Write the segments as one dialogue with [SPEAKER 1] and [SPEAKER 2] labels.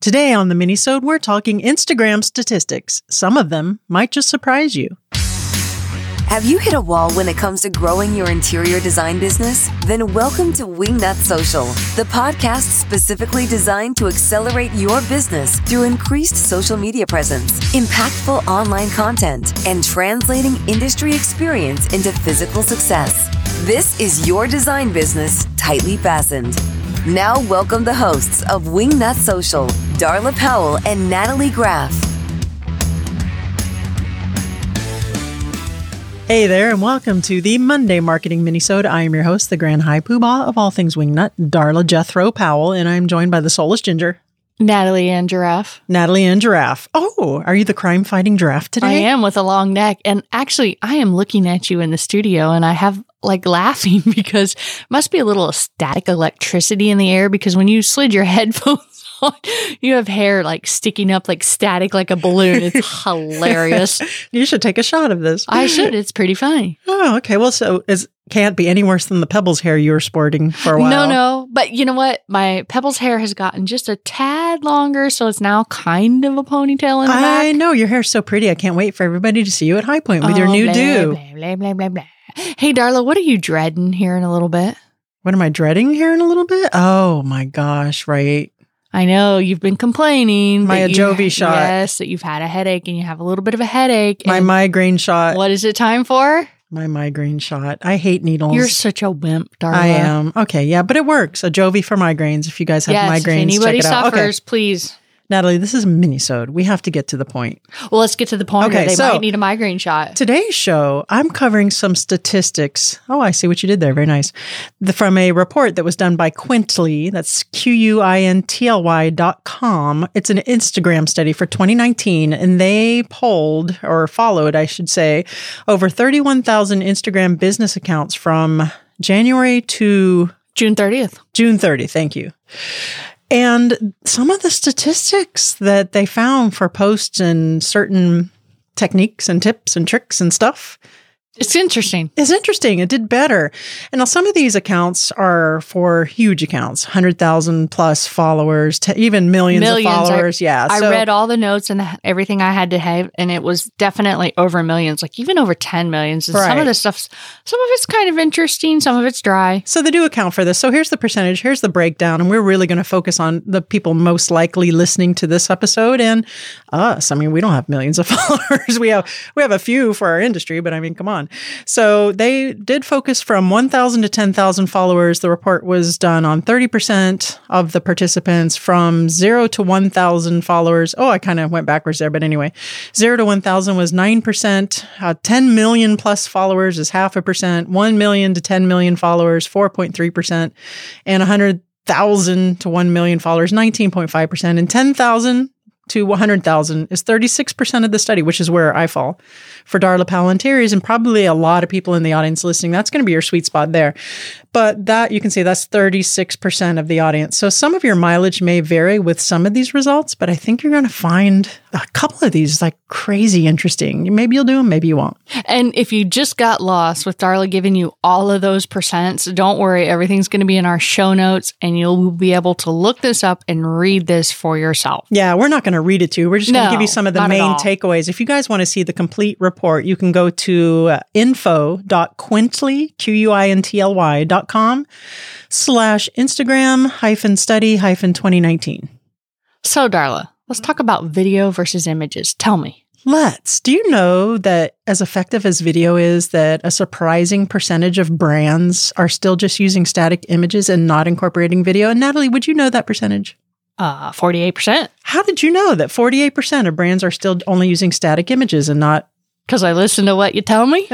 [SPEAKER 1] Today on the Minisode, we're talking Instagram statistics. Some of them might just surprise you.
[SPEAKER 2] Have you hit a wall when it comes to growing your interior design business? Then welcome to Wingnut Social, the podcast specifically designed to accelerate your business through increased social media presence, impactful online content, and translating industry experience into physical success. This is your design business tightly fastened. Now, welcome the hosts of Wingnut Social, Darla Powell and Natalie Graff.
[SPEAKER 1] Hey there, and welcome to the Monday Marketing Minisode. I am your host, the Grand High Poobah of all things Wingnut, Darla Jethro Powell, and I'm joined by the soulless ginger,
[SPEAKER 3] Natalie and Giraffe.
[SPEAKER 1] Natalie and Giraffe. Oh, are you the crime fighting giraffe today?
[SPEAKER 3] I am with a long neck. And actually, I am looking at you in the studio and I have like laughing because must be a little static electricity in the air because when you slid your headphones on, you have hair like sticking up like static like a balloon. It's hilarious.
[SPEAKER 1] You should take a shot of this.
[SPEAKER 3] I should. It's pretty funny.
[SPEAKER 1] Oh, okay. Well, so it can't be any worse than the pebbles hair you were sporting for a while.
[SPEAKER 3] No, no. But you know what? My Pebbles hair has gotten just a tad longer. So it's now kind of a ponytail in the back.
[SPEAKER 1] I know your hair's so pretty. I can't wait for everybody to see you at High Point with your
[SPEAKER 3] Oh,
[SPEAKER 1] new
[SPEAKER 3] blah,
[SPEAKER 1] do.
[SPEAKER 3] Blah, blah, blah, blah, blah. Hey, Darla, what are you dreading here in a little bit?
[SPEAKER 1] What am I dreading here in a little bit? Oh my gosh, right.
[SPEAKER 3] I know you've been complaining.
[SPEAKER 1] My
[SPEAKER 3] that you-
[SPEAKER 1] Ajovy shot.
[SPEAKER 3] Yes, that you've had a headache and you have a little bit of a headache.
[SPEAKER 1] My
[SPEAKER 3] and
[SPEAKER 1] migraine shot.
[SPEAKER 3] what is it time for?
[SPEAKER 1] My migraine shot. I hate needles.
[SPEAKER 3] You're such a wimp, Darla.
[SPEAKER 1] I am. Okay, yeah, but it works. A Jovi for migraines. If you guys have
[SPEAKER 3] Yes, if
[SPEAKER 1] migraines,
[SPEAKER 3] anybody
[SPEAKER 1] check it out. Okay.
[SPEAKER 3] suffers, please.
[SPEAKER 1] Natalie, this is a minisode. We have to get to the point.
[SPEAKER 3] Well, let's get to the point.
[SPEAKER 1] Okay,
[SPEAKER 3] Okay, they
[SPEAKER 1] so-
[SPEAKER 3] might need a migraine shot.
[SPEAKER 1] Today's show, I'm covering some statistics. Oh, I see what you did there. Very nice. The, from a report that was done by Quintly, that's Q U I N T L Y dot com. It's an Instagram study for 2019, and they polled or followed, I should say, over 31,000 Instagram business accounts from January to
[SPEAKER 3] June thirtieth.
[SPEAKER 1] June 30, thank you. And some of the statistics that they found for posts and certain techniques and tips and tricks and stuff
[SPEAKER 3] It's interesting.
[SPEAKER 1] is interesting. It did better. And now some of these accounts are for huge accounts, 100,000 plus followers, to even millions,
[SPEAKER 3] Millions.
[SPEAKER 1] of
[SPEAKER 3] I-
[SPEAKER 1] followers. yeah.
[SPEAKER 3] I
[SPEAKER 1] so-
[SPEAKER 3] read all the notes and the, everything I had to have, and it was definitely over millions, like even over ten millions. And some
[SPEAKER 1] Right.
[SPEAKER 3] of the stuff's some of it's kind of interesting, some of it's dry.
[SPEAKER 1] So they do account for this. So here's the percentage, here's the breakdown, and we're really going to focus on the people most likely listening to this episode and us. I mean, we don't have millions of followers. We have we have a few for our industry, but I mean, come on. So they did focus from 1,000 to 10,000 followers. The report was done on 30% of the participants from 0 to 1,000 followers. Oh, I kind of went backwards there, but anyway. 0 to 1,000 was 9%. Uh, 10 million plus followers is half a percent. 1 million to 10 million followers, 4.3%. And 100,000 to 1 million followers, 19.5%. And 10,000 to 100,000 is 36% of the study, which is where I fall. For Darla Palantiris and probably a lot of people in the audience listening, that's going to be your sweet spot there. But that you can see that's 36% of the audience. So some of your mileage may vary with some of these results, but I think you're going to find a couple of these like crazy interesting. Maybe you'll do them, maybe you won't.
[SPEAKER 3] And if you just got lost with Darla giving you all of those percents, don't worry. Everything's going to be in our show notes and you'll be able to look this up and read this for yourself.
[SPEAKER 1] Yeah, we're not going to read it to you. We're just going to
[SPEAKER 3] No,
[SPEAKER 1] give you some of the
[SPEAKER 3] not at
[SPEAKER 1] main
[SPEAKER 3] all.
[SPEAKER 1] takeaways. If you guys want to see the complete report, you can go to uh, info.quintly, Q-U-I-N-T-L-Y dot com slash Instagram hyphen study hyphen 2019.
[SPEAKER 3] So, Darla, let's talk about video versus images. Tell me.
[SPEAKER 1] Let's. Do you know that as effective as video is, that a surprising percentage of brands are still just using static images and not incorporating video? And Natalie, would you know that percentage?
[SPEAKER 3] Uh, 48%.
[SPEAKER 1] How did you know that 48% of brands are still only using static images and not
[SPEAKER 3] Because I listen to what you tell me.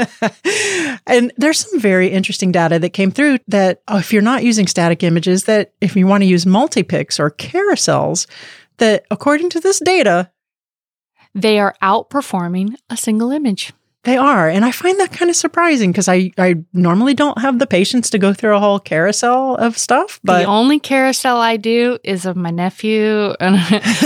[SPEAKER 1] and there's some very interesting data that came through that oh, if you're not using static images, that if you want to use multi-pics or carousels, that according to this data,
[SPEAKER 3] they are outperforming a single image.
[SPEAKER 1] they are. And I find that kind of surprising because I, I normally don't have the patience to go through a whole carousel of stuff.
[SPEAKER 3] the
[SPEAKER 1] But
[SPEAKER 3] only carousel I do is of my nephew, and,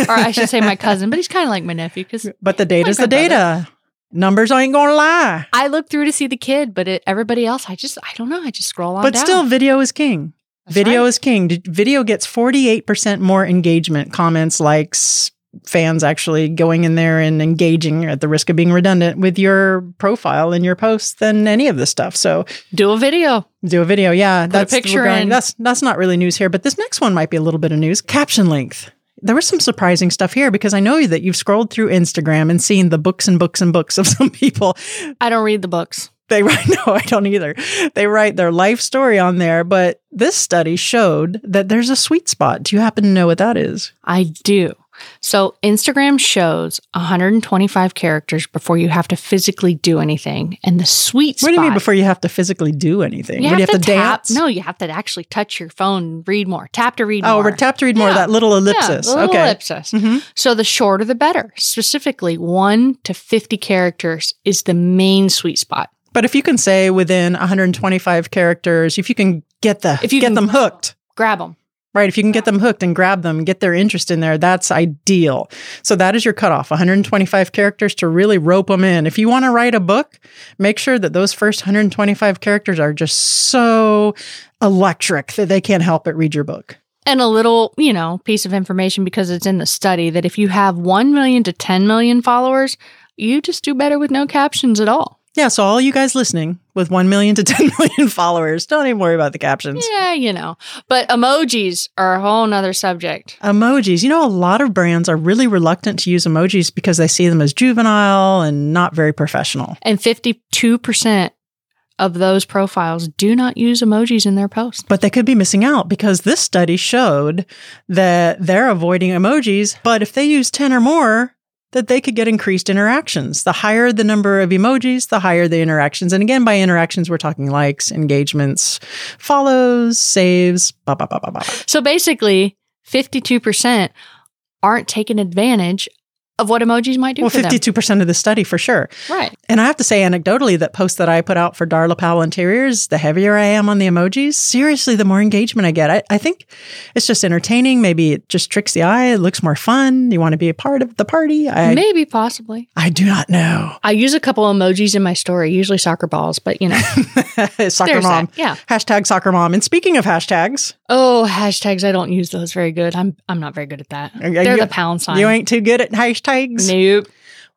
[SPEAKER 3] or I should say my cousin, but he's kind of like my nephew because
[SPEAKER 1] but the data's
[SPEAKER 3] my
[SPEAKER 1] the data. Numbers ain't gonna lie.
[SPEAKER 3] I look through to see the kid, but it, everybody else, I just, I don't know. I just scroll on
[SPEAKER 1] But
[SPEAKER 3] down.
[SPEAKER 1] still video is king. video
[SPEAKER 3] right.
[SPEAKER 1] is king. Did- Video gets 48% more engagement, comments, likes, fans actually going in there and engaging at the risk of being redundant with your profile and your posts than any of this stuff. So
[SPEAKER 3] Do a video.
[SPEAKER 1] do a video. Yeah. that's we're
[SPEAKER 3] picture
[SPEAKER 1] going-
[SPEAKER 3] in.
[SPEAKER 1] That's, that's not really news here, but this next one might be a little bit of news. Caption length. There was some surprising stuff here because I know that you've scrolled through Instagram and seen the books and books and books of some people
[SPEAKER 3] I don't read the books.
[SPEAKER 1] they write no i don't either they write their life story on there but this study showed that there's a sweet spot do you happen to know what that is
[SPEAKER 3] I do. So Instagram shows 125 characters before you have to physically do anything. And the sweet
[SPEAKER 1] what
[SPEAKER 3] spot.
[SPEAKER 1] do you mean before you have to physically do anything what, do you have to,
[SPEAKER 3] tap-
[SPEAKER 1] dance
[SPEAKER 3] No, you have to actually touch your phone and read more. Tap to read
[SPEAKER 1] oh
[SPEAKER 3] more.
[SPEAKER 1] we're tapped to read more of
[SPEAKER 3] Yeah.
[SPEAKER 1] that little ellipsis
[SPEAKER 3] Yeah, little
[SPEAKER 1] okay
[SPEAKER 3] ellipsis.
[SPEAKER 1] Mhm.
[SPEAKER 3] So the shorter the better. Specifically, one to 50 characters is the main sweet spot.
[SPEAKER 1] but if you can say within 125 characters if you can get the
[SPEAKER 3] If you
[SPEAKER 1] get
[SPEAKER 3] can-
[SPEAKER 1] them hooked
[SPEAKER 3] Grab them.
[SPEAKER 1] Right. If you can get them hooked and grab them, get their interest in there, that's ideal. So that is your cutoff 125 characters to really rope them in. If you want to write a book, make sure that those first 125 characters are just so electric that they can't help but read your book.
[SPEAKER 3] And a little, you know, piece of information because it's in the study that if you have 1 million to 10 million followers, you just do better with no captions at all.
[SPEAKER 1] Yeah. So, all you guys listening with 1 million to 10 million followers, don't even worry about the captions.
[SPEAKER 3] Yeah, you know. But emojis are a whole nother subject.
[SPEAKER 1] Emojis. You know, a lot of brands are really reluctant to use emojis because they see them as juvenile and not very professional.
[SPEAKER 3] And 52% of those profiles do not use emojis in their posts.
[SPEAKER 1] But they could be missing out because this study showed that they're avoiding emojis. But if they use 10 or more, that they could get increased interactions. The higher the number of emojis, the higher the interactions. And again, by interactions, we're talking likes, engagements, follows, saves, blah, blah, blah, blah, blah.
[SPEAKER 3] So basically, 52% aren't taking advantage of what emojis might do
[SPEAKER 1] Well,
[SPEAKER 3] for
[SPEAKER 1] 52% of the study for sure.
[SPEAKER 3] them. Right.
[SPEAKER 1] And I have to say, anecdotally, that post that I put out for Darla Powell Interiors, the heavier I am on the emojis, seriously, the more engagement I get. I, I think it's just entertaining. Maybe it just tricks the eye. It looks more fun. You want to be a part of the party. I,
[SPEAKER 3] Maybe, possibly.
[SPEAKER 1] I do not know.
[SPEAKER 3] I use a couple emojis in my story, usually soccer balls, but you know,
[SPEAKER 1] soccer
[SPEAKER 3] there's
[SPEAKER 1] mom.
[SPEAKER 3] that. Yeah.
[SPEAKER 1] Hashtag soccer mom. And speaking of hashtags,
[SPEAKER 3] Oh, hashtags. I don't use those very good. I'm I'm not very good at that.
[SPEAKER 1] Okay,
[SPEAKER 3] They're
[SPEAKER 1] you-
[SPEAKER 3] the pound sign.
[SPEAKER 1] you ain't too good at hashtags.
[SPEAKER 3] nope.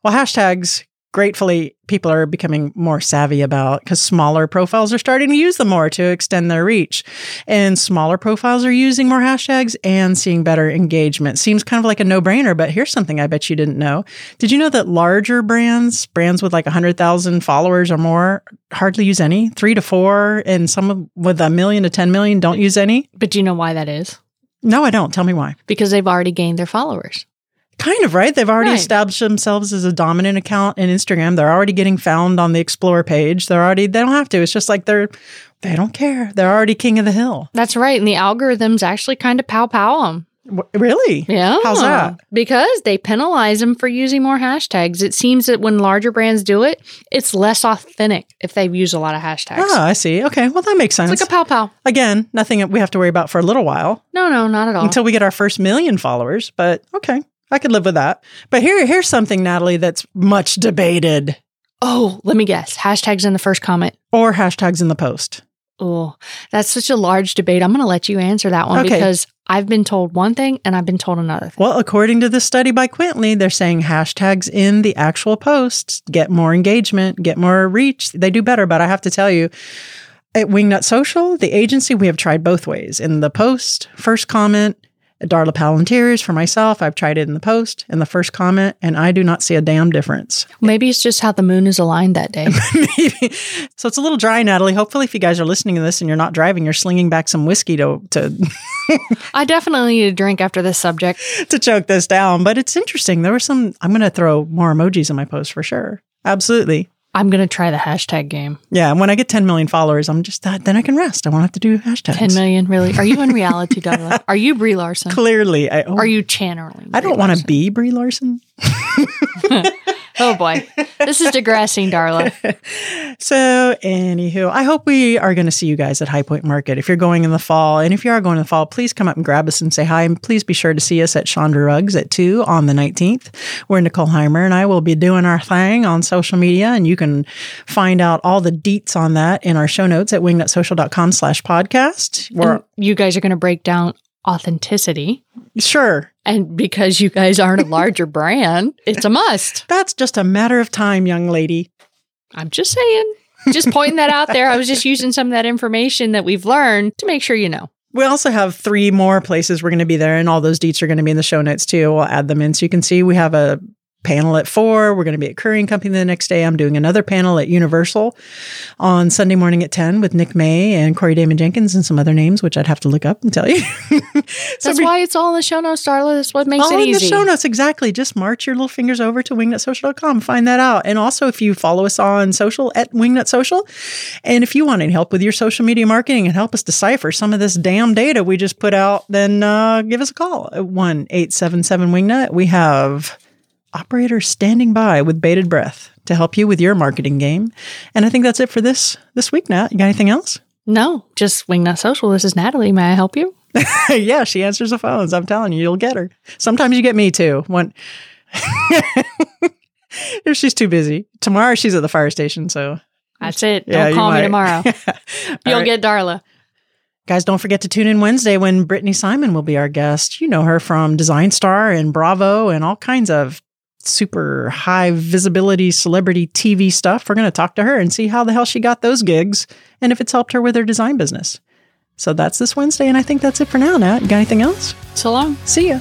[SPEAKER 1] Well, hashtags, gratefully, people are becoming more savvy about because smaller profiles are starting to use them more to extend their reach. And smaller profiles are using more hashtags and seeing better engagement. Seems kind of like a no brainer, but here's something I bet you didn't know. Did you know that larger brands, brands with like 100,000 followers or more, hardly use any? Three to four, and some with a million to 10 million don't use any?
[SPEAKER 3] But do you know why that is?
[SPEAKER 1] No, I don't. Tell me why.
[SPEAKER 3] Because they've already gained their followers.
[SPEAKER 1] Kind of right. They've already
[SPEAKER 3] Right.
[SPEAKER 1] established themselves as a dominant account in Instagram. They're already getting found on the Explore page. They're already they don't have to. It's just like they're they don't care. They're already king of the hill.
[SPEAKER 3] That's right. And the algorithms actually kind of pow pow them.
[SPEAKER 1] W- really?
[SPEAKER 3] Yeah.
[SPEAKER 1] How's that?
[SPEAKER 3] Because they penalize them for using more hashtags. It seems that when larger brands do it, it's less authentic if they've used a lot of hashtags.
[SPEAKER 1] Oh, I see. Okay. Well, that makes sense.
[SPEAKER 3] It's like a pow pow.
[SPEAKER 1] Again, nothing that we have to worry about for a little while
[SPEAKER 3] No, no, not at all.
[SPEAKER 1] until we get our first million followers. But okay, I could live with that. But here, here's something, Natalie, that's much debated
[SPEAKER 3] oh, let me guess. Hashtags in the first comment.
[SPEAKER 1] or hashtags in the post.
[SPEAKER 3] Oh, that's such a large debate. I'm going to let you answer that one
[SPEAKER 1] Okay.
[SPEAKER 3] because I've been told one thing and I've been told another thing.
[SPEAKER 1] Well, according to this study by Quintley, they're saying hashtags in the actual posts get more engagement, get more reach. They do better, but I have to tell you, at Wingnut Social, the agency, we have tried both ways. In the post, first comment, Darla Powell Interiors for myself, I've tried it in the post and the first comment, and I do not see a damn difference.
[SPEAKER 3] Maybe it's just how the moon is aligned that day.
[SPEAKER 1] Maybe. So it's a little dry, Natalie. Hopefully, if you guys are listening to this and you're not driving, you're slinging back some whiskey to, to
[SPEAKER 3] I definitely need a drink after this subject.
[SPEAKER 1] to choke this down, but it's interesting. There were some, I'm going to throw more emojis in my post for sure. Absolutely.
[SPEAKER 3] I'm going to try the hashtag game.
[SPEAKER 1] Yeah. And when I get 10 million followers, I'm just that, then I can rest. I won't have to do hashtags.
[SPEAKER 3] 10 million, really? Are you in reality, Darla? Are you Brie Larson?
[SPEAKER 1] Clearly. I, oh,
[SPEAKER 3] Are you channeling?
[SPEAKER 1] I don't want to be Brie Larson.
[SPEAKER 3] Oh boy. This is digressing, Darla.
[SPEAKER 1] So, anywho, I hope we are going to see you guys at High Point Market. If you're going in the fall, and if you are going in the fall, please come up and grab us and say hi. And please be sure to see us at Chandra Rugs at 2 on the 19th. We're Nicole Heimer and I will be doing our thing on social media. And you can find out all the deets on that in our show notes at wingnutsocial.com slash podcast. We're
[SPEAKER 3] And you guys are going to break down authenticity.
[SPEAKER 1] sure.
[SPEAKER 3] And because you guys aren't a larger brand, it's a must.
[SPEAKER 1] That's just a matter of time, young lady.
[SPEAKER 3] I'm just saying. Just pointing that out there. I was just using some of that information that we've learned to make sure you know.
[SPEAKER 1] We also have three more places we're going to be there, and all those deets are going to be in the show notes too. We'll add them in so you can see we have a panel at four. We're going to be at Currying Company the next day. I'm doing another panel at Universal on Sunday morning at 10 with Nick May and Corey Damon Jenkins and some other names, which I'd have to look up and tell you.
[SPEAKER 3] That's why it's all in the show notes, Darla. That's what makes
[SPEAKER 1] all
[SPEAKER 3] it
[SPEAKER 1] in
[SPEAKER 3] easy.
[SPEAKER 1] the show notes exactly just march your little fingers over to wingnutsocial.com find that out and also if you follow us on social at wingnut social and if you want any help with your social media marketing and help us decipher some of this damn data we just put out then uh, give us a call at 1-877-wingnut we have operators standing by with bated breath to help you with your marketing game and i think that's it for this this week nat you got anything else
[SPEAKER 3] No, just Wingnut Social. This is Natalie. May I help you?
[SPEAKER 1] yeah she answers the phones i'm telling you you'll get her sometimes you get me too when if she's too busy tomorrow she's at the fire station so
[SPEAKER 3] That's it.
[SPEAKER 1] Yeah,
[SPEAKER 3] Don't
[SPEAKER 1] you
[SPEAKER 3] call
[SPEAKER 1] might.
[SPEAKER 3] me tomorrow. You'll
[SPEAKER 1] right.
[SPEAKER 3] get Darla.
[SPEAKER 1] guys don't forget to tune in wednesday when brittany simon will be our guest you know her from design star and bravo and all kinds of super high visibility celebrity tv stuff we're going to talk to her and see how the hell she got those gigs and if it's helped her with her design business so that's this wednesday and i think that's it for now nat you got anything else
[SPEAKER 3] So long.
[SPEAKER 1] see ya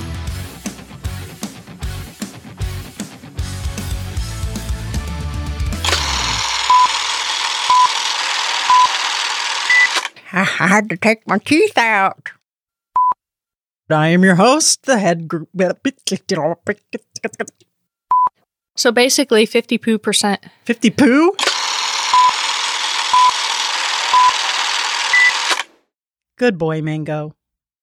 [SPEAKER 4] I had to take my teeth out.
[SPEAKER 1] I am your host, the head group.
[SPEAKER 3] So basically, 50 poo percent.
[SPEAKER 1] 50 poo? Good boy, Mango.